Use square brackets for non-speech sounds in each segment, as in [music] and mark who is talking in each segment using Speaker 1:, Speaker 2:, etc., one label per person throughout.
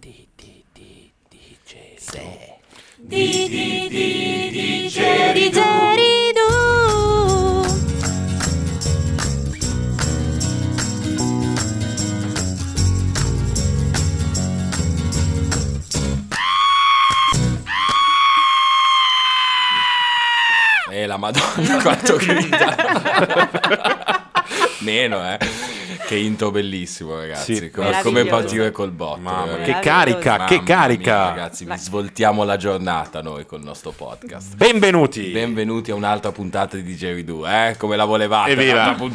Speaker 1: Di, di, di, dice.
Speaker 2: Di di di di geri geri du.
Speaker 1: Eh, la madonna [laughs] quanto
Speaker 3: [laughs]
Speaker 1: grida. Meno, eh. Che intro bellissimo, ragazzi.
Speaker 3: Sì.
Speaker 1: come,
Speaker 2: Meraviglioso.
Speaker 1: come partire col botto.
Speaker 3: Mamma,
Speaker 1: veramente.
Speaker 3: che
Speaker 2: Meraviglioso.
Speaker 3: carica,
Speaker 1: Mamma
Speaker 3: che
Speaker 1: mia,
Speaker 3: carica.
Speaker 1: ragazzi,
Speaker 2: Ma-
Speaker 1: vi svoltiamo la giornata noi col nostro podcast.
Speaker 3: Benvenuti.
Speaker 1: Benvenuti a un'altra puntata di DJ 2, eh? Come la volevate?
Speaker 3: Evviva.
Speaker 1: Un'altra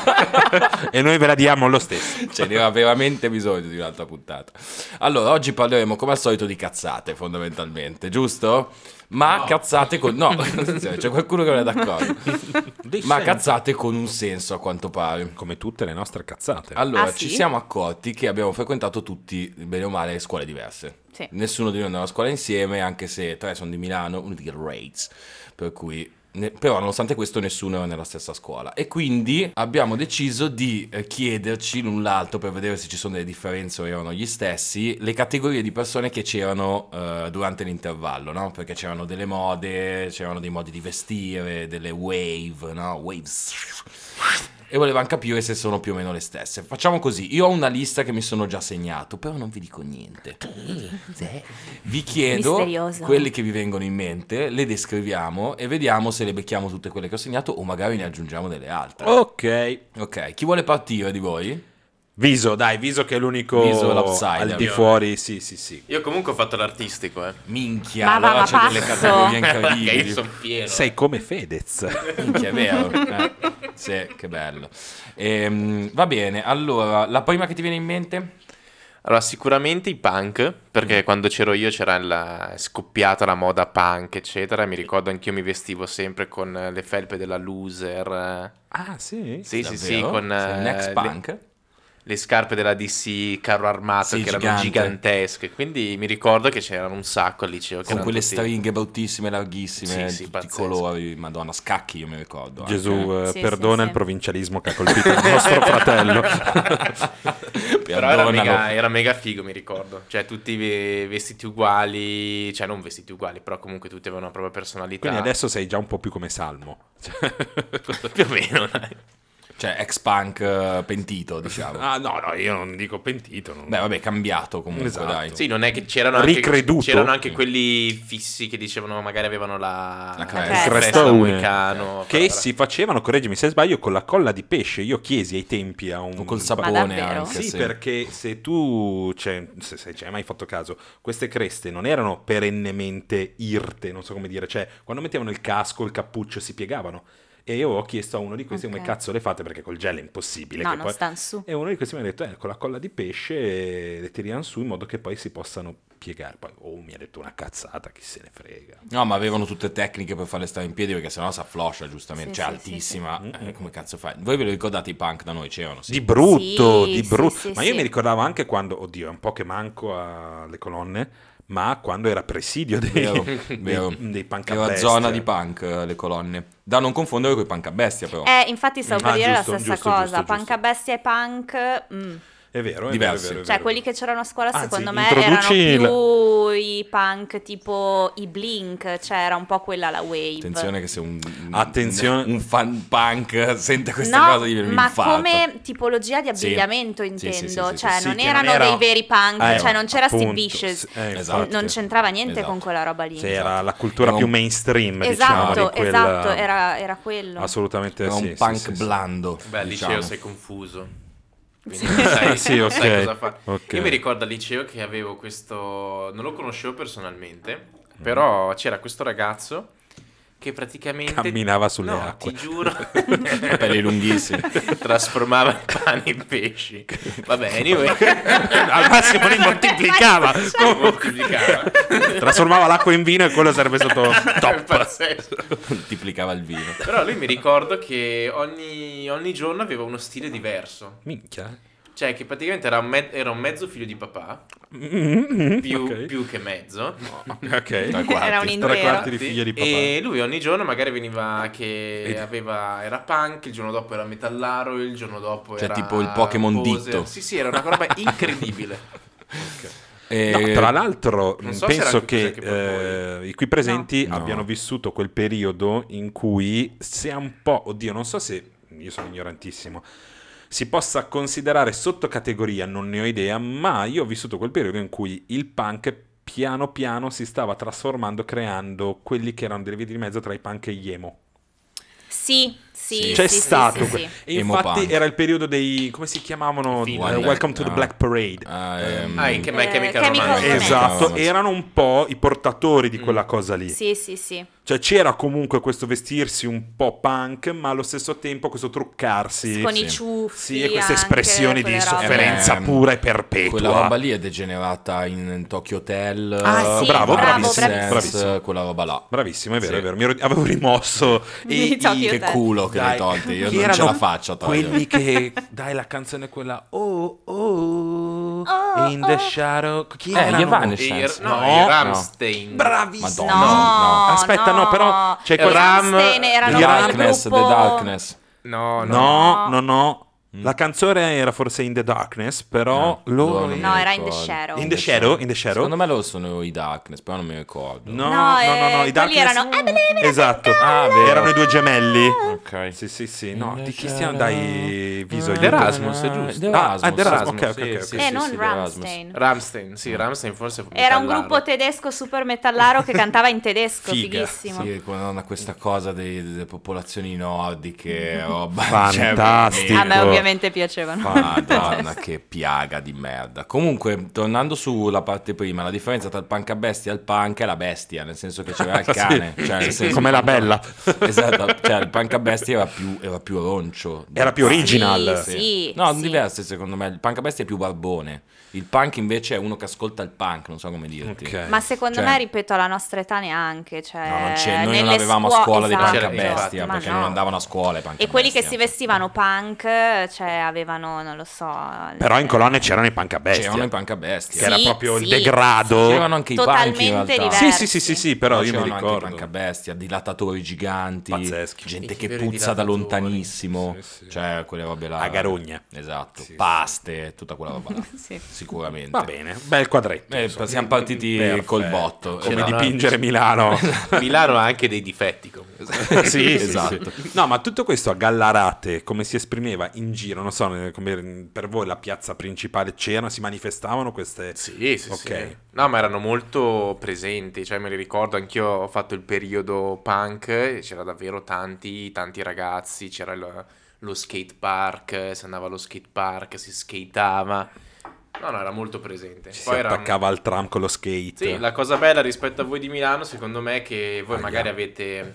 Speaker 3: [laughs]
Speaker 1: puntata.
Speaker 3: e noi ve la diamo lo stesso.
Speaker 1: Ce n'era Cioè, veramente bisogno di un'altra puntata. Allora, oggi parleremo come al solito di cazzate, fondamentalmente, giusto? Ma cazzate con... No, cioè, c'è qualcuno che non è d'accordo. Ma cazzate con un senso, a quanto pare.
Speaker 3: Come tutte le nostre cazzate.
Speaker 1: Allora,
Speaker 2: Ah,
Speaker 1: ci
Speaker 2: sì?
Speaker 1: siamo accorti che abbiamo frequentato tutti, bene o male, scuole diverse.
Speaker 2: Sì.
Speaker 1: Nessuno di noi andava a scuola insieme, anche se tre sono di Milano, uno di Grates. Per cui... ne- Però nonostante questo nessuno era nella stessa scuola e quindi abbiamo deciso di eh, chiederci l'un l'altro per vedere se ci sono delle differenze o erano gli stessi le categorie di persone che c'erano eh, durante l'intervallo, no? Perché c'erano delle mode, c'erano dei modi di vestire, delle wave, no? Waves e volevamo capire se sono più o meno le stesse. Facciamo così, io ho una lista che mi sono già segnato, però non vi dico niente. Vi chiedo
Speaker 2: Misterioso.
Speaker 1: quelli che vi vengono in mente, le descriviamo e vediamo se le becchiamo tutte quelle che ho segnato o magari ne aggiungiamo delle altre.
Speaker 3: Ok.
Speaker 1: Ok, chi vuole partire di voi?
Speaker 3: Viso, dai, viso che è l'unico
Speaker 1: Viso l'outsider.
Speaker 3: al di fuori. Sì, sì, sì.
Speaker 4: Io comunque ho fatto l'artistico, eh.
Speaker 1: Minchia,
Speaker 2: Ma va,
Speaker 1: allora
Speaker 2: ma
Speaker 1: c'è delle
Speaker 2: passo. [laughs]
Speaker 1: categorie
Speaker 4: [laughs] Perché io
Speaker 1: incredibili.
Speaker 4: sono pieno.
Speaker 3: Sei come Fedez.
Speaker 1: Minchia, è vero. eh. Sì, che bello. Ehm, va bene, allora, la prima che ti viene in mente?
Speaker 4: Allora, sicuramente i punk, perché
Speaker 1: Mm.
Speaker 4: quando c'ero io c'era la è scoppiata la moda punk, eccetera. e Mi ricordo anch'io mi vestivo sempre con eh, le felpe della loser. eh.
Speaker 3: ah, sì?
Speaker 4: Sì, sì, sì,
Speaker 1: Davvero?
Speaker 4: con
Speaker 1: Sei un
Speaker 4: eh,
Speaker 1: ex
Speaker 4: le-
Speaker 1: punk.
Speaker 4: le scarpe della DC carro armato
Speaker 1: Sì,
Speaker 4: che erano
Speaker 1: gigante.
Speaker 4: gigantesche. Quindi mi ricordo che c'erano un sacco al liceo. che
Speaker 1: con
Speaker 4: erano
Speaker 1: quelle
Speaker 4: tutti-
Speaker 1: stringhe bruttissime, larghissime,
Speaker 4: Sì, sì,
Speaker 1: tutti
Speaker 4: pazzesco.
Speaker 1: i colori, madonna, scacchi io mi ricordo.
Speaker 3: Gesù,
Speaker 1: anche.
Speaker 3: eh,
Speaker 2: Sì,
Speaker 3: perdona
Speaker 2: sì,
Speaker 3: il
Speaker 2: sì.
Speaker 3: provincialismo che ha colpito il [laughs] nostro fratello.
Speaker 4: [laughs] Però era mega,
Speaker 1: Perdonalo.
Speaker 4: era mega figo, mi ricordo. Cioè, tutti ve- vestiti uguali, cioè non vestiti uguali, però comunque tutti avevano la propria personalità.
Speaker 3: Quindi adesso sei già un po' più come Salmo.
Speaker 4: [laughs] più o meno, dai.
Speaker 1: Cioè, ex punk eh, pentito, diciamo.
Speaker 4: [laughs]
Speaker 3: Ah, no, no, io non dico pentito. non-
Speaker 1: Beh, vabbè, cambiato comunque,
Speaker 3: Esatto.
Speaker 1: dai.
Speaker 4: Sì, non è che c'erano anche,
Speaker 3: Ricreduto?
Speaker 4: c'erano anche quelli fissi che dicevano magari avevano la,
Speaker 1: La cresta.
Speaker 2: Il
Speaker 4: cresta
Speaker 3: crestone.
Speaker 4: moicano.
Speaker 3: Che si facevano, correggimi se sbaglio, con la colla di pesce. Io chiesi ai tempi a un...
Speaker 1: O col
Speaker 2: Ma
Speaker 1: sapone
Speaker 2: davvero?
Speaker 1: anche.
Speaker 3: Sì, perché se tu cioè, se, se ci hai mai fatto caso, queste creste non erano perennemente irte, non so come dire, cioè quando mettevano il casco, il cappuccio si piegavano. E io ho chiesto a uno di questi
Speaker 2: Ok.
Speaker 3: come cazzo le fate perché col gel è impossibile.
Speaker 2: No,
Speaker 3: che
Speaker 2: non
Speaker 3: poi-
Speaker 2: stan su.
Speaker 3: E uno di questi mi ha detto, eh, con la colla di pesce eh, le tirano su in modo che poi si possano piegare. Poi, oh, mi ha detto una cazzata, chi se ne frega.
Speaker 1: No, ma avevano tutte tecniche per farle stare in piedi perché sennò si affloscia giustamente,
Speaker 2: Sì,
Speaker 1: cioè
Speaker 2: sì, sì,
Speaker 1: altissima. eh, come cazzo fai? Voi ve lo ricordate i punk da noi? C'erano, sì.
Speaker 4: [laughs]
Speaker 3: Di brutto,
Speaker 2: Sì,
Speaker 3: di
Speaker 2: sì,
Speaker 3: brutto.
Speaker 2: sì,
Speaker 3: ma io
Speaker 2: sì.
Speaker 3: mi ricordavo anche quando, oddio, è un po' che manco alle colonne, ma quando era presidio dei,
Speaker 1: Vero,
Speaker 3: [laughs] dei,
Speaker 1: vero.
Speaker 3: dei punk a
Speaker 1: Era
Speaker 3: bestia.
Speaker 1: zona di punk eh, le colonne. Da non confondere con i punk a bestia, però.
Speaker 2: Eh, infatti stavo per
Speaker 3: Ah,
Speaker 2: dire
Speaker 3: giusto,
Speaker 2: la stessa
Speaker 3: giusto,
Speaker 2: cosa,
Speaker 3: giusto, giusto.
Speaker 2: punk a bestia e punk, mm.
Speaker 3: È vero, è
Speaker 1: Diversi.
Speaker 3: vero, è vero, è
Speaker 2: cioè
Speaker 3: vero.
Speaker 2: quelli che c'erano a scuola
Speaker 3: Anzi,
Speaker 2: secondo me erano
Speaker 3: introduci il-
Speaker 2: più i punk tipo i Blink, cioè era un po' quella la wave.
Speaker 1: Attenzione che se un,
Speaker 3: Attenzione.
Speaker 1: un fan punk sente questa
Speaker 2: no,
Speaker 1: cosa gli viene un
Speaker 2: ma
Speaker 1: infarto.
Speaker 2: come tipologia di
Speaker 1: Sì.
Speaker 2: abbigliamento
Speaker 1: Sì, sì,
Speaker 2: intendo,
Speaker 1: sì, sì, sì.
Speaker 2: cioè
Speaker 3: Sì,
Speaker 2: non
Speaker 3: che
Speaker 2: erano
Speaker 3: era-
Speaker 2: dei veri punk,
Speaker 3: Eh,
Speaker 2: cioè non c'era Steve
Speaker 3: appunto,
Speaker 2: Vicious,
Speaker 3: sì, eh,
Speaker 1: Esatto.
Speaker 3: infatti.
Speaker 2: non c'entrava niente
Speaker 1: Esatto.
Speaker 2: con quella roba lì.
Speaker 3: C'era la cultura
Speaker 1: Era
Speaker 3: più
Speaker 1: un-
Speaker 3: mainstream, diciamo.
Speaker 2: Esatto,
Speaker 3: di quella-
Speaker 2: esatto, era, era quello.
Speaker 3: Assolutamente
Speaker 1: Era
Speaker 3: sì,
Speaker 1: un
Speaker 3: sì,
Speaker 1: punk
Speaker 3: sì, sì.
Speaker 1: blando.
Speaker 4: Beh, al
Speaker 1: diciamo.
Speaker 4: liceo sei confuso. Quindi non
Speaker 3: [laughs]
Speaker 4: sai,
Speaker 3: Sì,
Speaker 4: non
Speaker 3: ok,
Speaker 4: sai cosa fa.
Speaker 3: ok.
Speaker 4: Io mi ricordo al liceo che avevo questo. Non lo conoscevo personalmente,
Speaker 3: Mm.
Speaker 4: però c'era questo ragazzo che praticamente.
Speaker 3: Camminava sulle
Speaker 4: No,
Speaker 3: acque. [laughs]
Speaker 4: Ti giuro.
Speaker 1: Capelli lunghissimi.
Speaker 4: [laughs] Trasformava il pane in pesci. Vabbè, anyway.
Speaker 3: [laughs] [laughs] Al massimo li
Speaker 2: [laughs]
Speaker 3: moltiplicava.
Speaker 2: Cioè,
Speaker 4: Lo moltiplicava.
Speaker 3: Trasformava l'acqua in vino e quello sarebbe
Speaker 1: [laughs]
Speaker 3: stato
Speaker 4: È
Speaker 3: top.
Speaker 4: pazzesco.
Speaker 1: Moltiplicava il vino.
Speaker 4: Però lui mi ricordo che ogni, ogni giorno aveva uno stile diverso.
Speaker 3: Minchia.
Speaker 4: Cioè, che praticamente era un, me- era un mezzo figlio di papà, più,
Speaker 3: Ok.
Speaker 4: più che mezzo.
Speaker 3: Ok.
Speaker 1: Tra
Speaker 2: Era
Speaker 1: quarti.
Speaker 2: un in-
Speaker 3: Tre
Speaker 2: Intero.
Speaker 3: quarti di figlia di papà.
Speaker 4: E lui ogni giorno magari veniva che
Speaker 3: Ed-
Speaker 4: aveva, era punk, il giorno dopo era metallaro, il giorno dopo
Speaker 1: Cioè,
Speaker 4: era...
Speaker 1: tipo il Pokémon
Speaker 4: poser.
Speaker 1: ditto.
Speaker 4: Sì, sì, era una roba incredibile.
Speaker 1: E-
Speaker 3: No, tra l'altro,
Speaker 4: Non so se era
Speaker 3: penso
Speaker 4: anche
Speaker 3: che
Speaker 4: così anche per
Speaker 3: eh, i qui presenti
Speaker 1: No.
Speaker 3: abbiano
Speaker 1: No.
Speaker 3: vissuto quel periodo in cui si è un po', oddio, non so se io sono ignorantissimo, si possa considerare sottocategoria, non ne ho idea, ma io ho vissuto quel periodo in cui il punk piano piano si stava trasformando creando quelli che erano delle vie di mezzo tra i punk e gli emo.
Speaker 2: Sì, sì,
Speaker 1: Sì.
Speaker 2: sì,
Speaker 3: C'è
Speaker 2: sì,
Speaker 3: stato
Speaker 2: sì,
Speaker 3: que-
Speaker 2: sì.
Speaker 3: E
Speaker 1: Emo
Speaker 3: infatti
Speaker 1: punk.
Speaker 3: era il periodo dei come si chiamavano
Speaker 4: Film.
Speaker 3: Eh,
Speaker 1: One Night-
Speaker 3: Welcome to the
Speaker 1: no.
Speaker 3: Black Parade.
Speaker 1: Ah,
Speaker 3: Ehm,
Speaker 1: ehm,
Speaker 4: Ah, in che
Speaker 2: Eh,
Speaker 4: Chemical,
Speaker 2: Chemical
Speaker 4: Romance.
Speaker 2: Romance.
Speaker 3: Esatto,
Speaker 1: Romance.
Speaker 3: erano un po' i portatori di quella cosa lì.
Speaker 2: Sì, sì, sì.
Speaker 3: Cioè c'era comunque questo vestirsi un po' punk, ma allo stesso tempo questo truccarsi.
Speaker 2: Con
Speaker 1: sì.
Speaker 2: i ciuffi.
Speaker 3: Sì, e
Speaker 2: anche,
Speaker 3: queste espressioni di
Speaker 2: quelle robe.
Speaker 3: sofferenza
Speaker 1: Ehm,
Speaker 3: pura e perpetua.
Speaker 1: Quella roba lì è degenerata in Tokyo Hotel.
Speaker 2: Ah, sì,
Speaker 3: bravo,
Speaker 1: Paradise
Speaker 3: bravissimo,
Speaker 1: Dance,
Speaker 3: bravissimo.
Speaker 1: Quella roba là.
Speaker 3: Bravissimo, è vero,
Speaker 1: Sì.
Speaker 3: è vero. Mi ero- avevo rimosso.
Speaker 2: Di Tokyo
Speaker 3: i-
Speaker 1: Che
Speaker 2: Hotel.
Speaker 1: culo che
Speaker 3: Dai,
Speaker 1: le tolti, io
Speaker 3: chi
Speaker 1: non ce
Speaker 3: erano
Speaker 1: la faccio a toglierle.
Speaker 3: Quelli che... [laughs] Dai, la canzone quella... Oh, oh,
Speaker 2: Oh,
Speaker 3: in the
Speaker 2: oh.
Speaker 3: shadow... Chi
Speaker 1: Eh,
Speaker 3: erano?
Speaker 1: gli Evanescence.
Speaker 4: E i- no,
Speaker 3: No.
Speaker 4: i Ramstein.
Speaker 3: Bravissimo.
Speaker 1: Madonna.
Speaker 2: No,
Speaker 1: No,
Speaker 3: no. Aspetta, no, però c'è quel-
Speaker 2: Rammstein erano
Speaker 1: The
Speaker 3: Ram-
Speaker 2: un
Speaker 1: Darkness, The
Speaker 2: gruppo-
Speaker 1: Darkness.
Speaker 3: Oh,
Speaker 4: No, no.
Speaker 3: No, Mm.
Speaker 2: No.
Speaker 3: no, no. La canzone era forse In the Darkness, però
Speaker 1: No,
Speaker 3: loro...
Speaker 1: non mi
Speaker 2: No, era In the
Speaker 1: ricordo.
Speaker 2: Shadow.
Speaker 3: In the Shadow, in the shadow.
Speaker 1: Secondo me loro sono i Darkness, però non mi ricordo.
Speaker 3: No, no,
Speaker 2: No,
Speaker 3: no,
Speaker 2: eh,
Speaker 3: no, i
Speaker 2: quelli
Speaker 3: Darkness...
Speaker 2: erano- I believe in a
Speaker 3: Esatto,
Speaker 1: Ah, vero.
Speaker 3: erano i due gemelli.
Speaker 1: Ok.
Speaker 3: Eh, Sì, sì, sì, no,
Speaker 1: In the
Speaker 3: di chi
Speaker 1: shadow.
Speaker 3: stiamo? Dai, viso
Speaker 1: Ah,
Speaker 3: gli-
Speaker 4: D'Erasmus, è giusto?
Speaker 1: D'Erasmus,
Speaker 3: Ah, ah, d'Erasmus, ok,
Speaker 4: Erasmus,
Speaker 3: ok, ok.
Speaker 4: sì,
Speaker 2: Eh,
Speaker 3: ok.
Speaker 1: sì, sì,
Speaker 2: non
Speaker 1: The
Speaker 2: Ramstein.
Speaker 4: Ramstein, sì, Ramstein forse
Speaker 2: Era un
Speaker 4: metallaro.
Speaker 2: gruppo tedesco super metallaro che cantava in tedesco,
Speaker 3: Figa,
Speaker 2: fighissimo.
Speaker 1: Sì, quando ha questa cosa dei- delle
Speaker 2: [laughs]
Speaker 1: popolazioni nordiche, roba
Speaker 3: Fantastico.
Speaker 1: cioè,
Speaker 2: A me
Speaker 3: Tipo-
Speaker 2: ovviamente piacevano. [laughs]
Speaker 1: Madonna, che piaga di merda. Comunque, tornando sulla parte prima, la differenza tra il punk a bestia e il punk è la bestia, nel senso che c'era il
Speaker 3: [laughs] Sì.
Speaker 1: cane. Cioè, nel senso-
Speaker 3: Come la bella.
Speaker 1: [laughs] Esatto, cioè il punk a bestia era più, era più roncio.
Speaker 3: Era più original.
Speaker 2: Sì, sì,
Speaker 1: Eh. no,
Speaker 2: sì.
Speaker 1: diversi secondo me. Il punk a bestia è più barbone. Il punk invece è uno che ascolta il punk, non so come dirti.
Speaker 3: Ok.
Speaker 2: Ma secondo
Speaker 1: Cioè-
Speaker 2: me, ripeto, alla nostra età neanche. Cioè,
Speaker 1: No, non c'è- noi non
Speaker 2: nelle
Speaker 1: avevamo
Speaker 2: scuo-
Speaker 1: a scuola dei punk a
Speaker 2: esatto,
Speaker 1: bestia
Speaker 2: ma
Speaker 1: perché
Speaker 2: no.
Speaker 1: non andavano a scuola i punk
Speaker 2: E
Speaker 1: a
Speaker 2: quelli che si
Speaker 1: bestia.
Speaker 2: vestivano punk, cioè avevano, non lo so.
Speaker 3: Però in colonne c'erano i punk a bestia.
Speaker 1: C'erano i punk a bestia.
Speaker 3: Che era
Speaker 2: Sì,
Speaker 3: proprio il
Speaker 2: sì.
Speaker 3: degrado.
Speaker 1: C'erano anche i punk in
Speaker 2: Totalmente
Speaker 1: realtà.
Speaker 2: diversi.
Speaker 3: Sì, sì, sì, sì, sì, però io mi
Speaker 1: C'erano anche i
Speaker 3: ricordo.
Speaker 1: punk a bestia, dilatatori giganti,
Speaker 3: Pazzeschi.
Speaker 1: gente
Speaker 4: I
Speaker 1: che
Speaker 4: veri
Speaker 1: puzza da
Speaker 4: dilatatori.
Speaker 1: lontanissimo,
Speaker 3: Sì, sì.
Speaker 1: cioè quelle robe là.
Speaker 3: A Garogna.
Speaker 1: Esatto,
Speaker 3: Sì, sì.
Speaker 1: paste, tutta quella roba
Speaker 2: [laughs]
Speaker 1: là.
Speaker 2: Sì.
Speaker 1: Sicuramente.
Speaker 3: Va bene, bel quadretto.
Speaker 1: Eh,
Speaker 3: insomma.
Speaker 1: siamo partiti
Speaker 3: Perfetto.
Speaker 1: col botto. Eh,
Speaker 3: Come
Speaker 1: C'era-
Speaker 3: dipingere [laughs] Milano.
Speaker 4: Milano ha anche dei difetti comunque.
Speaker 3: [laughs] sì, sì,
Speaker 1: Esatto.
Speaker 3: sì. No, ma tutto questo a Gallarate, come si esprimeva in giro, non so, eh, come per voi la piazza principale c'era, si manifestavano queste...
Speaker 4: Sì, sì,
Speaker 3: Ok.
Speaker 4: sì. No, ma erano molto presenti, cioè me li ricordo, anch'io ho fatto il periodo punk, e c'era davvero tanti, tanti ragazzi, c'era il- lo skate park, si andava allo skate park, si skateava. No, no, era molto presente.
Speaker 3: Ci si
Speaker 4: Poi era-
Speaker 3: attaccava al tram con lo skate.
Speaker 4: Sì, la cosa bella rispetto a voi di Milano, secondo me, è che voi magari avete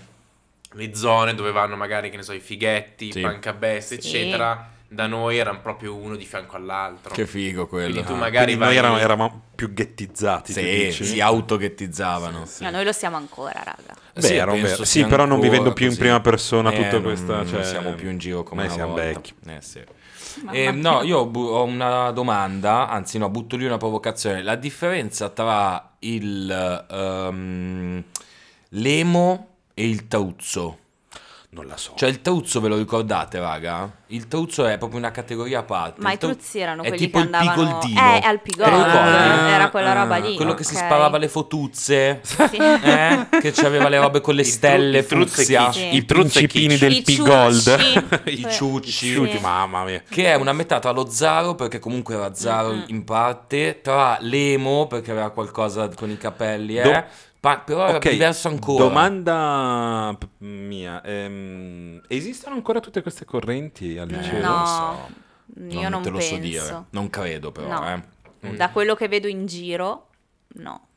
Speaker 4: le zone dove vanno magari, che ne so, i fighetti,
Speaker 1: Sì.
Speaker 4: i pancabest,
Speaker 2: Sì.
Speaker 4: eccetera. Da noi erano proprio uno di fianco all'altro.
Speaker 1: Che figo quello.
Speaker 4: Quindi tu
Speaker 1: Ah.
Speaker 4: magari-
Speaker 3: Quindi noi
Speaker 4: vai-
Speaker 3: eravamo, eravamo più ghettizzati, tu
Speaker 1: Sì,
Speaker 3: dici?
Speaker 1: si autoghettizzavano.
Speaker 3: Sì, sì.
Speaker 2: No, noi lo siamo ancora, raga.
Speaker 3: Beh,
Speaker 1: io
Speaker 3: era un
Speaker 1: Eh penso
Speaker 3: vero-
Speaker 1: sia
Speaker 3: sì, però non
Speaker 1: ancora
Speaker 3: vivendo più in
Speaker 1: così. Eh,
Speaker 3: prima persona tutto
Speaker 1: non-
Speaker 3: questo,
Speaker 1: non
Speaker 3: cioè,
Speaker 1: siamo più in giro come
Speaker 3: ormai
Speaker 1: una
Speaker 3: siamo
Speaker 1: volta.
Speaker 3: vecchi.
Speaker 1: Eh, sì.
Speaker 2: Mamma
Speaker 1: Eh,
Speaker 2: mia.
Speaker 1: no, io bu- ho una domanda, anzi no, butto lì una provocazione. La differenza tra il ehm, l'emo e il tauzzo.
Speaker 3: Non la so.
Speaker 1: Cioè il tauzzo ve lo ricordate, raga? Il tauzzo è proprio una categoria a parte.
Speaker 2: Ma
Speaker 1: Il
Speaker 2: i
Speaker 1: tau-
Speaker 2: truzzi erano
Speaker 1: è
Speaker 2: quelli
Speaker 1: tipo
Speaker 2: che
Speaker 1: il
Speaker 2: andavano
Speaker 1: pigoldino.
Speaker 2: Eh, al
Speaker 1: Te lo
Speaker 2: pigol.
Speaker 1: ricordi?
Speaker 2: era quella roba
Speaker 3: Ah,
Speaker 2: lì.
Speaker 1: Quello che si
Speaker 2: ok. [laughs]
Speaker 1: sparava le fotuzze.
Speaker 2: Sì.
Speaker 1: Eh? che c'aveva le robe
Speaker 3: [laughs]
Speaker 1: con le
Speaker 4: Il tru-
Speaker 1: stelle,
Speaker 4: il truzzo è
Speaker 1: fucsia,
Speaker 2: chi-
Speaker 3: I
Speaker 4: I truzzi
Speaker 3: principini
Speaker 4: kitsch.
Speaker 3: del
Speaker 2: I
Speaker 3: P-Gold. [laughs]
Speaker 2: ciucci.
Speaker 1: i ciucci.
Speaker 2: Sì.
Speaker 3: Mamma mia.
Speaker 1: Che è una metà tra lo Zaro, perché comunque era Zaro
Speaker 2: Mm-mm.
Speaker 1: in parte, tra l'emo, perché aveva qualcosa con i capelli, eh.
Speaker 3: Do-
Speaker 1: Pa- però era
Speaker 3: Ok,
Speaker 1: diverso ancora.
Speaker 3: Domanda p- mia. ehm, esistono ancora tutte queste correnti
Speaker 1: [laughs]
Speaker 3: al
Speaker 1: Eh, non
Speaker 3: liceo?
Speaker 1: lo
Speaker 2: No,
Speaker 1: so.
Speaker 2: Io non,
Speaker 1: te lo
Speaker 2: penso.
Speaker 1: so dire, non credo però,
Speaker 2: No.
Speaker 1: eh.
Speaker 2: Da quello che vedo in giro, no.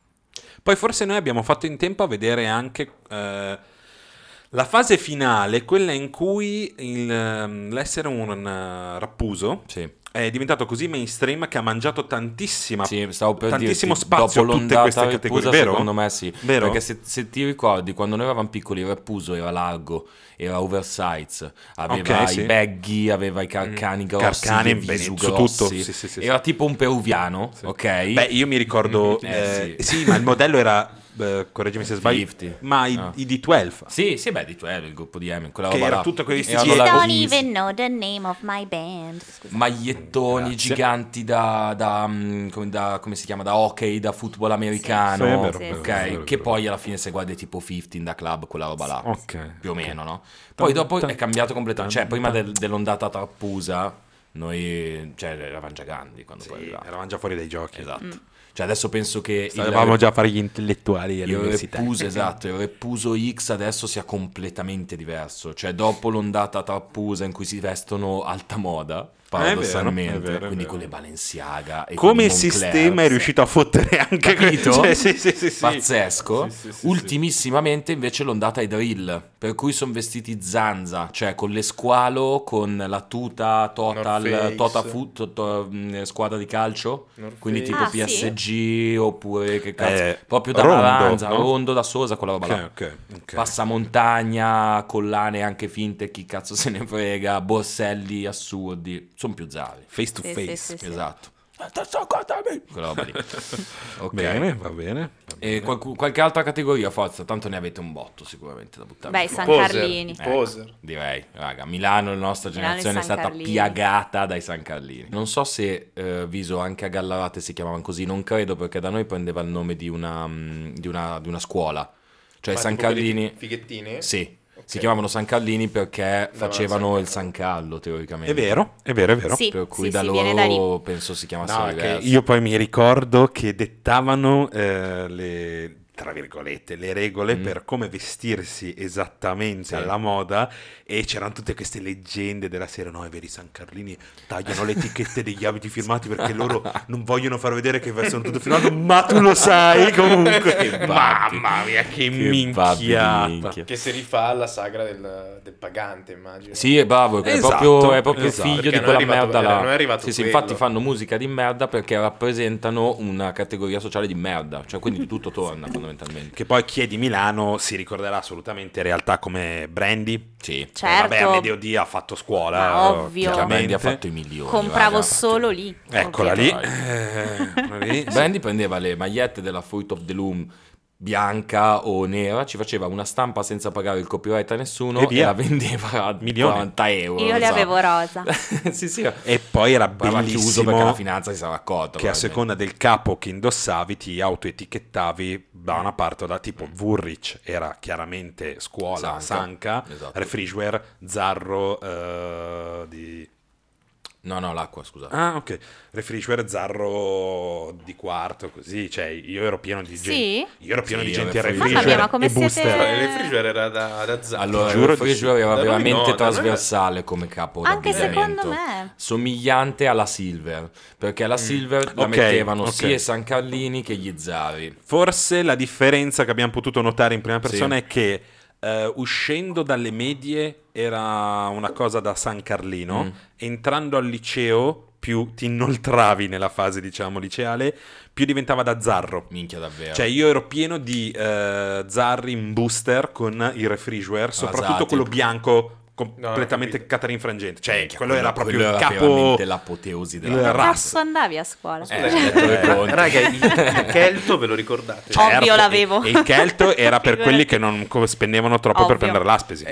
Speaker 3: Poi forse noi abbiamo fatto in tempo a vedere anche eh, la fase finale, quella in cui il, ehm, l'essere un, eh, rappuso
Speaker 1: Sì,
Speaker 3: è diventato così mainstream che ha mangiato tantissima
Speaker 1: sì, stavo per
Speaker 3: tantissimo
Speaker 1: dirti,
Speaker 3: spazio a
Speaker 1: dopo
Speaker 3: tutte
Speaker 1: l'ondata
Speaker 3: queste
Speaker 1: Repusa,
Speaker 3: categorie, vero?
Speaker 1: Secondo me sì,
Speaker 3: Vero?
Speaker 1: perché se, se ti ricordi, quando noi eravamo piccoli, il Repuso era largo, era oversize, aveva
Speaker 3: Ok,
Speaker 1: i
Speaker 3: sì. Mm.
Speaker 1: baggy, aveva i carcani grossi,
Speaker 3: Carcani,
Speaker 1: il
Speaker 3: bene,
Speaker 1: viso
Speaker 3: su
Speaker 1: grossi.
Speaker 3: tutto, sì, sì, sì, sì.
Speaker 1: era tipo un peruviano,
Speaker 3: Sì.
Speaker 1: ok?
Speaker 3: Beh, io mi ricordo.
Speaker 1: Mm, eh,
Speaker 3: eh, sì. ma il modello era eh, correggimi se sbaglio,
Speaker 1: 50.
Speaker 3: ma i,
Speaker 1: Ah.
Speaker 3: i D12.
Speaker 1: Sì, sì, beh, di 12, il gruppo di Emin, quella
Speaker 3: Che
Speaker 1: roba
Speaker 3: era
Speaker 1: là.
Speaker 3: tutto con gli
Speaker 1: Erano
Speaker 3: stessi-
Speaker 1: la-
Speaker 2: Don't
Speaker 1: gli-
Speaker 2: even know the name of my band. Scusa.
Speaker 1: magliettoni
Speaker 3: Grazie.
Speaker 1: giganti da, da, mm, come, da- come si chiama da hockey da football americano
Speaker 3: Sì, è vero,
Speaker 1: ok
Speaker 2: sì, sì,
Speaker 3: sì, sì.
Speaker 1: che poi alla fine se guardi tipo 15 da club quella roba là
Speaker 3: Ok.
Speaker 1: più o meno no poi dopo
Speaker 3: Tan-
Speaker 1: è cambiato completamente cioè
Speaker 3: tan-
Speaker 1: prima
Speaker 3: tan-
Speaker 1: del- dell'ondata trappusa noi cioè eravamo già grandi quando poi arrivava.
Speaker 3: eravamo già fuori dai giochi.
Speaker 1: esatto cioè adesso penso che il-
Speaker 3: Stavamo già a fare gli intellettuali
Speaker 1: il
Speaker 3: all'università. [laughs]
Speaker 1: Repuso, esatto, il Repuso X adesso sia completamente diverso. Cioè, dopo l'ondata trappusa in cui si vestono alta moda, paradossalmente,
Speaker 3: Ah, è vero, è vero.
Speaker 1: quindi con le Balenciaga e con i
Speaker 3: Come il
Speaker 1: Moncler,
Speaker 3: sistema è riuscito a fottere anche
Speaker 1: Capito?
Speaker 3: questo? [laughs] Cioè, sì, sì, sì, sì.
Speaker 1: Pazzesco.
Speaker 3: Sì, sì, sì, sì.
Speaker 1: Ultimissimamente invece l'ondata ai drill, per cui sono vestiti zanza, cioè con le squalo, con la tuta
Speaker 4: North
Speaker 1: total,
Speaker 4: Face.
Speaker 1: tota foot, to- to- mh, squadra di calcio,
Speaker 4: North
Speaker 1: quindi
Speaker 4: Face.
Speaker 1: tipo
Speaker 2: Ah, sì?
Speaker 1: PSG oppure che cazzo,
Speaker 3: Eh,
Speaker 1: proprio da
Speaker 3: Rondo,
Speaker 1: Lanza,
Speaker 3: no?
Speaker 1: Rondo da Sosa, quella roba là.
Speaker 3: Ok, ok, ok.
Speaker 1: Passamontagna, collane anche finte, chi cazzo se ne frega, borselli assurdi, sono più zavi.
Speaker 3: Face to
Speaker 2: Sì, sì,
Speaker 3: face.
Speaker 2: sì, sì.
Speaker 1: Esatto. Quella roba lì.
Speaker 3: [laughs]
Speaker 1: Ok.
Speaker 3: Bene, va bene.
Speaker 1: E qualcu- qualche altra categoria, forza, tanto ne avete un botto sicuramente da buttare.
Speaker 2: Beh,
Speaker 1: fuori.
Speaker 2: San Carlini.
Speaker 1: Ecco,
Speaker 4: Poser.
Speaker 1: direi, raga, Milano, la nostra
Speaker 2: Milano e
Speaker 1: generazione è
Speaker 2: San
Speaker 1: stata
Speaker 2: Carlini.
Speaker 1: piagata dai San Carlini. Non so se eh, Viso anche a Gallarate si chiamavano così, non credo perché da noi prendeva il nome di una, mh, di una, di una scuola. Cioè
Speaker 4: Ma
Speaker 1: San
Speaker 4: tipo quelli
Speaker 1: Carlini...
Speaker 4: Fighettini?
Speaker 3: Eh?
Speaker 1: Sì, si
Speaker 4: Ok.
Speaker 1: chiamavano San Carlini perché
Speaker 4: Davano
Speaker 1: facevano il
Speaker 4: il
Speaker 1: San
Speaker 4: San
Speaker 1: Carlo teoricamente.
Speaker 3: È vero, è vero, è vero.
Speaker 2: Sì,
Speaker 1: Per cui
Speaker 2: sì,
Speaker 1: da
Speaker 2: sì, viene da lì.
Speaker 1: loro penso si chiamasse
Speaker 3: No, che
Speaker 1: diverso.
Speaker 3: io poi mi ricordo che dettavano eh, le tra virgolette le regole
Speaker 1: Mm.
Speaker 3: per come vestirsi esattamente
Speaker 1: Sì.
Speaker 3: alla moda e c'erano tutte queste leggende della sera no i veri San Carlini tagliano le etichette degli abiti firmati perché loro non vogliono far vedere che sono tutto firmato [laughs] ma tu lo sai
Speaker 1: [laughs]
Speaker 3: comunque
Speaker 1: Che babbi.
Speaker 3: mamma mia
Speaker 1: Che
Speaker 3: che,
Speaker 1: babbi di
Speaker 3: minchiata
Speaker 1: minchia.
Speaker 4: Che si rifà alla sagra del, del pagante, immagino.
Speaker 1: Sì, è bravo, è
Speaker 3: Esatto,
Speaker 1: proprio, è proprio
Speaker 3: esatto.
Speaker 1: figlio
Speaker 4: Perché
Speaker 1: di
Speaker 4: non è
Speaker 1: quella
Speaker 4: arrivato-
Speaker 1: merda
Speaker 4: era- non è
Speaker 1: là.
Speaker 4: arrivato
Speaker 1: Sì, sì,
Speaker 4: quello.
Speaker 1: infatti fanno musica di merda perché rappresentano una categoria sociale di merda, cioè quindi tutto torna fondamentalmente.
Speaker 3: che poi chi è di Milano si ricorderà assolutamente in realtà come Brandy
Speaker 1: Sì.
Speaker 2: Certo.
Speaker 3: Eh, vabbè Amedeo D ha fatto scuola eh,
Speaker 2: Ma ovvio.
Speaker 1: Cioè,
Speaker 3: chiaramente.
Speaker 1: Brandy ha fatto i milioni.
Speaker 2: Compravo
Speaker 1: raga.
Speaker 2: solo lì.
Speaker 3: Eccola lì.
Speaker 2: ovvio. [laughs]
Speaker 3: Eh, lì.
Speaker 1: Brandy prendeva le magliette della Fruit of the Loom bianca o nera, ci faceva una stampa senza pagare il copyright a nessuno
Speaker 3: E
Speaker 1: e,
Speaker 3: via.
Speaker 1: la vendeva a
Speaker 3: Milioni.
Speaker 1: 40 euro.
Speaker 2: Io
Speaker 1: non
Speaker 2: le
Speaker 1: so.
Speaker 2: avevo rosa.
Speaker 1: [laughs] sì, sì.
Speaker 3: E poi era
Speaker 1: Poi aveva chiuso perché
Speaker 3: bellissimo
Speaker 1: la finanza si sarà accorta.
Speaker 3: che a
Speaker 1: probabilmente.
Speaker 3: seconda del capo che indossavi ti autoetichettavi da una parte o da tipo Vurrich era chiaramente scuola,
Speaker 1: Mm. Sanca.
Speaker 3: Sanca,
Speaker 1: Esatto.
Speaker 3: Refrigeware, Zarro eh, di...
Speaker 1: No, no, l'acqua, scusa.
Speaker 3: Ah ok, Refrigeware, Zarro di quarto così, cioè io ero pieno di gente.
Speaker 2: Sì?
Speaker 3: Io ero pieno
Speaker 1: Sì,
Speaker 3: di
Speaker 1: io
Speaker 3: gente
Speaker 1: ero
Speaker 3: a
Speaker 2: Mamma mia,
Speaker 3: Refrigeware
Speaker 2: ma come
Speaker 3: e
Speaker 2: siete-
Speaker 3: Booster.
Speaker 4: Eh, Il refrigerator era da, da Zappi.
Speaker 1: Allora, eh,
Speaker 3: giuro
Speaker 1: il
Speaker 3: di sì.
Speaker 1: Frigio era
Speaker 4: Da noi no,
Speaker 1: veramente
Speaker 4: da noi-
Speaker 1: trasversale come capo
Speaker 2: Anche
Speaker 1: d'abbigliamento.
Speaker 2: secondo me.
Speaker 1: Somigliante alla Silver, perché alla Silver la
Speaker 3: Mm. Ok,
Speaker 1: mettevano
Speaker 3: ok.
Speaker 1: sia i San Carlini che gli Zari.
Speaker 3: Forse la differenza che abbiamo potuto notare in prima persona
Speaker 1: Sì.
Speaker 3: è che eh, uscendo dalle medie era una cosa da San Carlino,
Speaker 1: Mm.
Speaker 3: entrando al liceo più ti inoltravi nella fase diciamo liceale, più diventava da zarro.
Speaker 1: Minchia davvero.
Speaker 3: Cioè io ero pieno di eh, zarri in booster con il refrigerator, soprattutto
Speaker 1: Rasati.
Speaker 3: quello bianco completamente
Speaker 4: capito.
Speaker 3: catarin frangente. Cioè
Speaker 1: Minchia,
Speaker 3: quello, era proprio
Speaker 1: quello
Speaker 3: il
Speaker 1: era
Speaker 3: capo...
Speaker 1: veramente l'apoteosi della
Speaker 3: il
Speaker 1: razza.
Speaker 3: razzo.
Speaker 2: Cazzo andavi a scuola?
Speaker 1: Eh, detto le
Speaker 4: Ra-
Speaker 1: conti.
Speaker 4: Raga, il,
Speaker 1: [laughs]
Speaker 4: il Kelto ve lo ricordate?
Speaker 2: Cioè, Ovvio
Speaker 3: Certo,
Speaker 2: l'avevo.
Speaker 3: E, e
Speaker 2: [laughs]
Speaker 3: il Kelto era per
Speaker 2: Figurati.
Speaker 3: quelli che non co- spendevano troppo per
Speaker 2: Ovvio.
Speaker 3: prendere l'aspesi.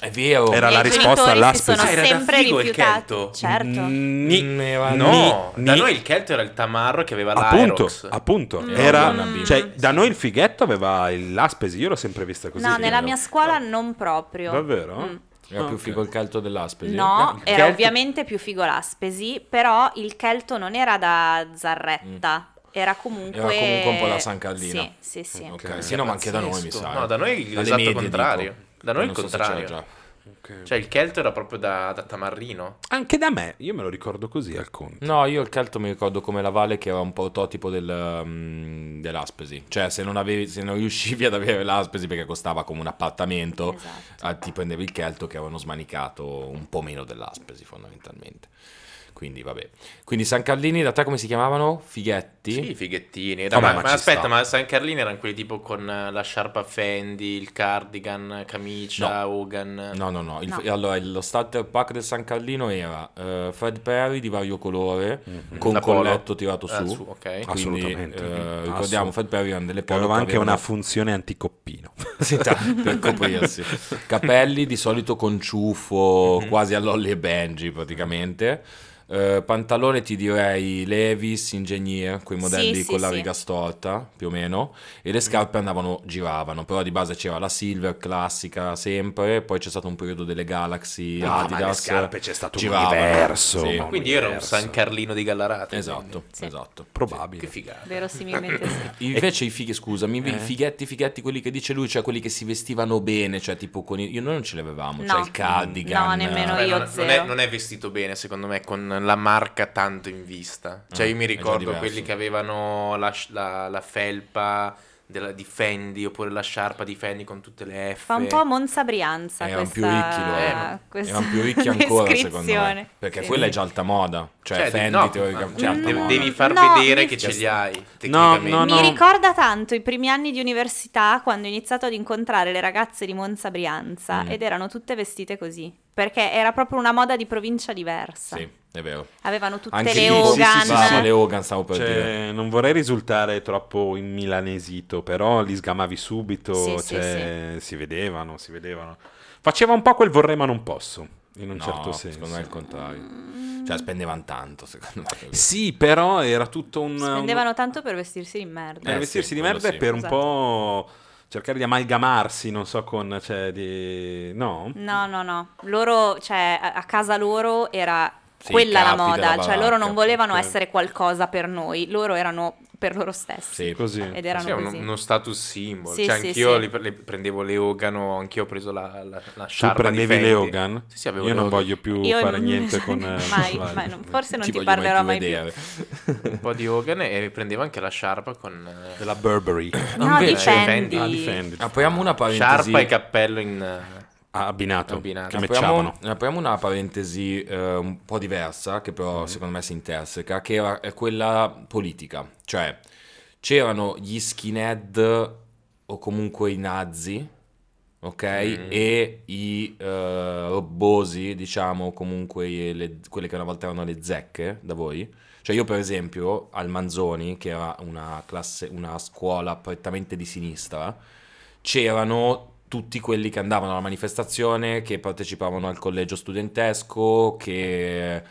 Speaker 1: È vero.
Speaker 3: Era
Speaker 2: I
Speaker 3: la
Speaker 2: miei
Speaker 3: risposta
Speaker 2: genitori
Speaker 3: all'aspesi.
Speaker 2: Si
Speaker 4: Ah,
Speaker 2: sono
Speaker 4: era da
Speaker 2: sempre
Speaker 4: figo il
Speaker 2: rifiutati.
Speaker 4: Kelto.
Speaker 2: Certo.
Speaker 3: Ni-
Speaker 1: Ne va-
Speaker 4: No,
Speaker 3: ni-
Speaker 4: da
Speaker 3: ni-
Speaker 4: noi il Kelto era il Tamarro che aveva
Speaker 3: appunto,
Speaker 4: l'Aerox.
Speaker 3: appunto.
Speaker 1: Mm.
Speaker 3: Era,
Speaker 1: Mm.
Speaker 3: cioè, da noi il fighetto aveva il- l'aspesi. Io l'ho sempre vista così.
Speaker 2: No, nella
Speaker 3: Davvero.
Speaker 2: mia scuola non proprio.
Speaker 3: Davvero?
Speaker 2: Mm.
Speaker 1: Era più
Speaker 3: Ok.
Speaker 1: figo il caldo dell'Aspesi.
Speaker 2: No,
Speaker 3: il
Speaker 2: era
Speaker 3: Kelto-
Speaker 2: ovviamente più figo l'aspesi, però il Kelto non era da Zarretta, era comunque...
Speaker 1: Era comunque un po' la San Carlino.
Speaker 2: Sì, sì, sì.
Speaker 3: Cioè,
Speaker 1: Ok, sì, no, ma anche da noi mi
Speaker 4: Pazzesco.
Speaker 1: sa. eh.
Speaker 4: No, da noi
Speaker 1: Dalle
Speaker 4: l'esatto
Speaker 1: medie,
Speaker 4: contrario.
Speaker 1: dico.
Speaker 4: Da noi il
Speaker 1: Non so se c'era
Speaker 4: contrario.
Speaker 1: già.
Speaker 3: Ok.
Speaker 4: Cioè, il Kelto era proprio da, da Tamarrino.
Speaker 3: Anche da me, io me lo ricordo così al conto.
Speaker 1: No, io il Kelto mi ricordo come la Valle che era un prototipo del, mm, dell'Aspesi. Cioè, se non, avevi- se non riuscivi ad avere l'Aspesi perché costava come un appartamento,
Speaker 2: Esatto.
Speaker 1: ah, ti prendevi il Kelto che avevano smanicato un po' meno dell'Aspesi fondamentalmente. Quindi vabbè. Quindi San Carlini, da te come si chiamavano? Fighetti?
Speaker 4: Sì, fighettini.
Speaker 1: Vabbè,
Speaker 4: ma,
Speaker 1: ma
Speaker 4: ma
Speaker 1: ci
Speaker 4: aspetta,
Speaker 1: sta.
Speaker 4: ma San Carlino erano quelli tipo con eh, la sciarpa Fendi, il cardigan, camicia, Hogan.
Speaker 1: No, no, no. Il-
Speaker 2: No.
Speaker 1: Allora, lo starter pack del San Carlino era eh, Fred Perry di vario colore, con
Speaker 4: La polo.
Speaker 1: colletto tirato
Speaker 4: Ah,
Speaker 1: su.
Speaker 4: Mhm. su, ok.
Speaker 1: Quindi,
Speaker 3: Assolutamente.
Speaker 1: eh,
Speaker 3: Assolutamente.
Speaker 1: ricordiamo, Fred Perry erano delle
Speaker 3: Che
Speaker 1: polo
Speaker 3: aveva
Speaker 1: che
Speaker 3: anche una
Speaker 1: avevano- [laughs]
Speaker 3: funzione anticoppino.
Speaker 1: Sì, ta- per coprirsi. Capelli di solito con ciuffo,
Speaker 3: Mhm.
Speaker 1: quasi a Lolly e Benji praticamente. Eh, pantalone ti direi Levis, Ingegnier, quei modelli
Speaker 2: Sì, sì,
Speaker 1: con la
Speaker 2: sì.
Speaker 1: riga storta più o meno. E le scarpe andavano, giravano, però di base c'era la Silver classica sempre. Poi c'è stato un periodo delle Galaxy,
Speaker 3: Ah, ma le
Speaker 1: Adidas.
Speaker 3: scarpe c'è stato un
Speaker 1: giravano.
Speaker 3: universo.
Speaker 1: Sì.
Speaker 3: Ma
Speaker 4: Quindi era un
Speaker 3: Universo.
Speaker 4: San Carlino di Gallarate.
Speaker 1: Esatto,
Speaker 2: Sì.
Speaker 1: esatto.
Speaker 3: Probabile.
Speaker 4: Che figata.
Speaker 2: Verosimilmente sì.
Speaker 1: Invece i fighi, scusami, i fighetti, fighetti, quelli che dice lui, cioè quelli che si vestivano bene, cioè tipo con i... Io noi non ce li avevamo, cioè
Speaker 2: No.
Speaker 1: il cardigan.
Speaker 2: No, nemmeno
Speaker 4: Vabbè,
Speaker 2: io
Speaker 4: non,
Speaker 2: zero.
Speaker 4: non è, non è vestito bene, secondo me, con la marca tanto in vista. Cioè,
Speaker 1: Ah,
Speaker 4: io mi
Speaker 1: è già
Speaker 4: ricordo
Speaker 1: diverso.
Speaker 4: quelli che avevano la, sci- la- la felpa della, di Fendi oppure la sciarpa di Fendi con tutte le F.
Speaker 2: Fa un po' Monza Brianza
Speaker 1: Erano
Speaker 2: questa,
Speaker 1: più ricchi loro.
Speaker 4: Erano-
Speaker 2: [laughs] questa
Speaker 1: Erano più eh. ricchi ancora, secondo me.
Speaker 2: descrizione.
Speaker 1: Perché
Speaker 2: Sì. Mm.
Speaker 1: quella è già alta moda. Cioè,
Speaker 4: Cioè,
Speaker 1: Fendi,
Speaker 4: no,
Speaker 1: teoricamente.
Speaker 4: ma-
Speaker 1: Cioè, alta
Speaker 4: de-
Speaker 1: moda.
Speaker 4: devi far
Speaker 2: No,
Speaker 4: vedere
Speaker 2: mi-
Speaker 4: che ce li hai.
Speaker 3: No,
Speaker 4: Tecnicamente.
Speaker 3: no, no.
Speaker 2: Mi ricorda tanto i primi anni di università quando ho iniziato ad incontrare le ragazze di Monza Brianza
Speaker 1: Mm.
Speaker 2: ed erano tutte vestite così, perché era proprio una moda di provincia diversa.
Speaker 1: Sì, è vero.
Speaker 2: Avevano tutte
Speaker 1: Anche
Speaker 2: le
Speaker 1: lì,
Speaker 2: Hogan.
Speaker 1: Sì, sì, sì, sì, le Hogan stavo per dire.
Speaker 3: Cioè, non vorrei risultare troppo in milanesito, però li sgamavi subito,
Speaker 2: Sì, sì,
Speaker 3: cioè, si vedevano, si vedevano. Faceva un po' quel vorrei ma non posso, in un
Speaker 1: no,
Speaker 3: certo senso.
Speaker 1: secondo me è il contrario.
Speaker 2: Mm.
Speaker 1: Cioè, spendevano tanto, secondo me.
Speaker 3: Sì, però era tutto un...
Speaker 2: Spendevano tanto per vestirsi di merda.
Speaker 3: per
Speaker 1: Eh,
Speaker 3: vestirsi
Speaker 1: sì,
Speaker 3: di merda
Speaker 1: quello
Speaker 3: e
Speaker 1: sì.
Speaker 3: per un
Speaker 2: Esatto.
Speaker 3: po' cercare di amalgamarsi, non so, con... Cioè, di... No?
Speaker 2: No, no, no. Loro, cioè, a a casa loro era
Speaker 1: Sì,
Speaker 2: quella la
Speaker 1: capi della
Speaker 2: moda, cioè loro non
Speaker 1: baracca,
Speaker 2: volevano
Speaker 3: ok.
Speaker 2: essere qualcosa per noi, loro erano per loro stessi.
Speaker 1: Sì.
Speaker 3: Così.
Speaker 2: Ed
Speaker 4: Sì,
Speaker 2: erano
Speaker 4: è Cioè, uno,
Speaker 2: così.
Speaker 4: uno status symbol.
Speaker 2: Sì,
Speaker 4: cioè,
Speaker 2: sì,
Speaker 4: anch'io
Speaker 2: sì.
Speaker 4: li pre- le prendevo le Hogan, o anch'io ho preso la, la, la
Speaker 3: Tu
Speaker 4: sciarpa
Speaker 3: prendevi
Speaker 4: di Fendi.
Speaker 3: le Hogan?
Speaker 4: Sì, sì, avevo
Speaker 3: Io
Speaker 4: le
Speaker 3: non
Speaker 4: Hogan.
Speaker 3: voglio più
Speaker 2: Io
Speaker 3: fare
Speaker 2: non- [laughs]
Speaker 3: niente con... eh, [laughs]
Speaker 2: mai,
Speaker 3: con-
Speaker 2: mai, non- forse non ti,
Speaker 1: voglio mai
Speaker 2: parlerò
Speaker 1: più
Speaker 2: mai più.
Speaker 1: vedere.
Speaker 4: un po' di Hogan e prendevo anche la sciarpa con... eh,
Speaker 3: Della Burberry.
Speaker 2: No,
Speaker 1: Invece-
Speaker 2: difendi.
Speaker 3: Ah, difendi.
Speaker 1: Apriamo una parentesi.
Speaker 4: Sciarpa e cappello in... eh,
Speaker 3: Ah, abbinato.
Speaker 4: Abbinato.
Speaker 3: Che
Speaker 1: Apriamo,
Speaker 3: matchavano.
Speaker 1: apriamo una parentesi eh, un po' diversa, che
Speaker 3: Mm-hmm.
Speaker 1: però secondo me si interseca, che era- è quella politica. Cioè, c'erano gli skinhead o comunque i nazi, ok?
Speaker 3: Mm-hmm.
Speaker 1: E i eh, robbosi, diciamo, o comunque le- quelle che una volta erano le zecche da voi. Cioè io per esempio al Manzoni, che era una, classe, una scuola prettamente di sinistra, c'erano tutti quelli che andavano alla manifestazione, che partecipavano al collegio studentesco, che,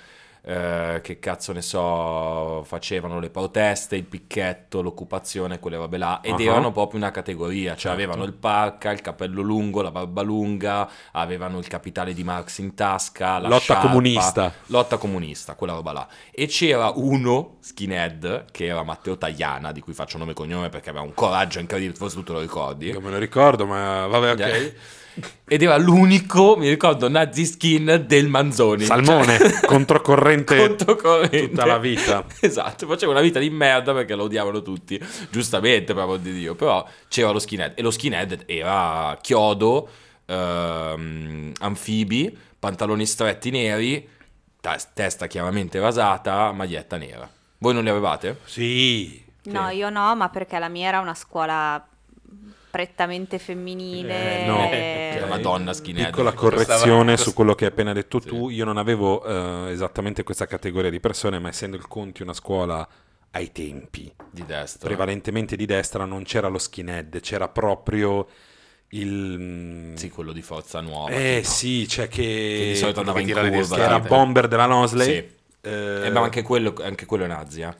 Speaker 1: eh, che cazzo ne so, facevano le proteste, il picchetto, l'occupazione, quelle robe là, ed
Speaker 3: Ah.
Speaker 1: erano proprio una categoria, cioè
Speaker 3: Certo.
Speaker 1: avevano il parca, il cappello lungo, la barba lunga, avevano il capitale di Marx in tasca, la
Speaker 3: Lotta
Speaker 1: sciarpa,
Speaker 3: comunista.
Speaker 1: lotta comunista, quella roba là. E c'era uno skinhead, che era Matteo Tagliana, di cui faccio nome e cognome perché aveva un coraggio incredibile, forse tu te lo ricordi.
Speaker 3: Io me lo ricordo, ma vabbè, ok.
Speaker 1: Eh. Ed era l'unico, mi ricordo, nazi skin del Manzoni.
Speaker 3: Salmone,
Speaker 1: [laughs]
Speaker 3: controcorrente
Speaker 1: Cioè, controcorrente.
Speaker 3: tutta la vita.
Speaker 1: [laughs] Esatto, faceva una vita di merda perché lo odiavano tutti, giustamente per amor di Dio, però c'era lo skinhead e lo skinhead era chiodo, ehm, anfibi, pantaloni stretti neri, ta- testa chiaramente rasata, maglietta nera. Voi non li avevate?
Speaker 3: Sì.
Speaker 2: No, io no, ma perché la mia era una scuola prettamente femminile.
Speaker 3: Eh, no.
Speaker 2: e-
Speaker 1: C'era
Speaker 3: Ok.
Speaker 1: una donna skinhead.
Speaker 3: Piccola correzione su quello che hai appena detto tu. Io non avevo eh, esattamente questa categoria di persone, ma essendo il Conti una scuola ai tempi
Speaker 1: di destra.
Speaker 3: prevalentemente di destra, non c'era lo skinhead, c'era proprio il... mm,
Speaker 1: Sì, quello di Forza Nuova.
Speaker 3: eh
Speaker 1: tipo.
Speaker 3: sì, cioè che...
Speaker 1: Che di solito andava in
Speaker 4: tira le
Speaker 1: curva.
Speaker 3: che era
Speaker 4: Sì.
Speaker 3: bomber della Nosley.
Speaker 1: Sì.
Speaker 3: Eh,
Speaker 1: Eh, ma anche quello, anche quello è nazi, eh.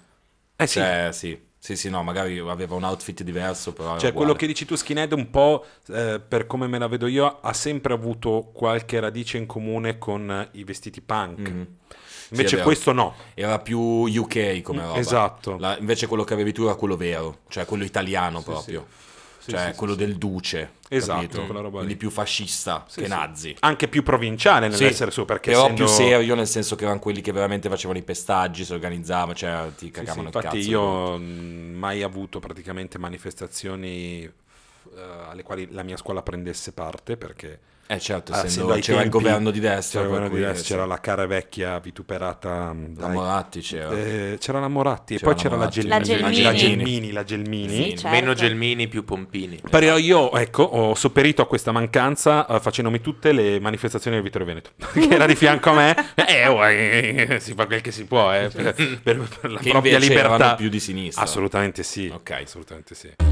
Speaker 3: eh sì,
Speaker 1: Cioè, sì. Sì, sì, no, magari aveva un outfit diverso, però era
Speaker 3: Cioè,
Speaker 1: uguale.
Speaker 3: quello che dici tu, skinhead, un po' eh, per come me la vedo io, ha sempre avuto qualche radice in comune con eh, i vestiti punk.
Speaker 1: Mhm. Sì, è
Speaker 3: Invece
Speaker 1: vero.
Speaker 3: questo no.
Speaker 1: Era più UK come
Speaker 3: Mm,
Speaker 1: roba.
Speaker 3: esatto.
Speaker 1: La- invece quello che avevi tu era quello vero, cioè quello italiano
Speaker 3: Sì,
Speaker 1: proprio.
Speaker 3: Sì,
Speaker 1: cioè
Speaker 3: sì, sì,
Speaker 1: quello
Speaker 3: sì.
Speaker 1: del duce.
Speaker 3: Esatto,
Speaker 1: capito?
Speaker 3: quella roba lì.
Speaker 1: Quindi più fascista
Speaker 3: Sì,
Speaker 1: che
Speaker 3: sì.
Speaker 1: nazi.
Speaker 3: Anche più provinciale
Speaker 1: Sì,
Speaker 3: nell'essere suo, perché
Speaker 1: però
Speaker 3: essendo...
Speaker 1: più serio nel senso che erano quelli che veramente facevano i pestaggi, si organizzavano, cioè ti
Speaker 3: Sì, sì,
Speaker 1: cagavano il
Speaker 3: infatti
Speaker 1: cazzo.
Speaker 3: io mh, mai avuto praticamente manifestazioni eh, alle quali la mia scuola prendesse parte perché
Speaker 1: Eh certo,
Speaker 3: Ah,
Speaker 1: essendo-
Speaker 3: essendo ai
Speaker 1: c'era il
Speaker 3: tempi-
Speaker 1: governo di destra.
Speaker 3: c'era, il governo
Speaker 1: Eh, per
Speaker 3: di
Speaker 1: cui,
Speaker 3: destra, c'era la cara vecchia vituperata mm,
Speaker 1: la
Speaker 3: dai,
Speaker 1: Moratti, c'era.
Speaker 3: eh, c'era la Moratti
Speaker 1: C'era
Speaker 3: e poi
Speaker 1: la
Speaker 3: c'era la
Speaker 1: Moratti.
Speaker 3: Gelmini,
Speaker 2: La
Speaker 3: la
Speaker 2: Gelmini.
Speaker 3: Gelmini, la Gelmini.
Speaker 1: Sì,
Speaker 2: certo.
Speaker 4: Meno gelmini, più pompini.
Speaker 3: Però io, ecco, ho sopperito a questa mancanza eh, facendomi tutte le manifestazioni del Vittorio Veneto, [laughs] che era di fianco a me, eh, oh, eh, eh, si fa quel che si può, eh, per, per- per la
Speaker 1: Che
Speaker 3: propria
Speaker 1: invece erano
Speaker 3: libertà.
Speaker 1: più di sinistra.
Speaker 3: Assolutamente sì.
Speaker 1: Ok.
Speaker 3: assolutamente sì.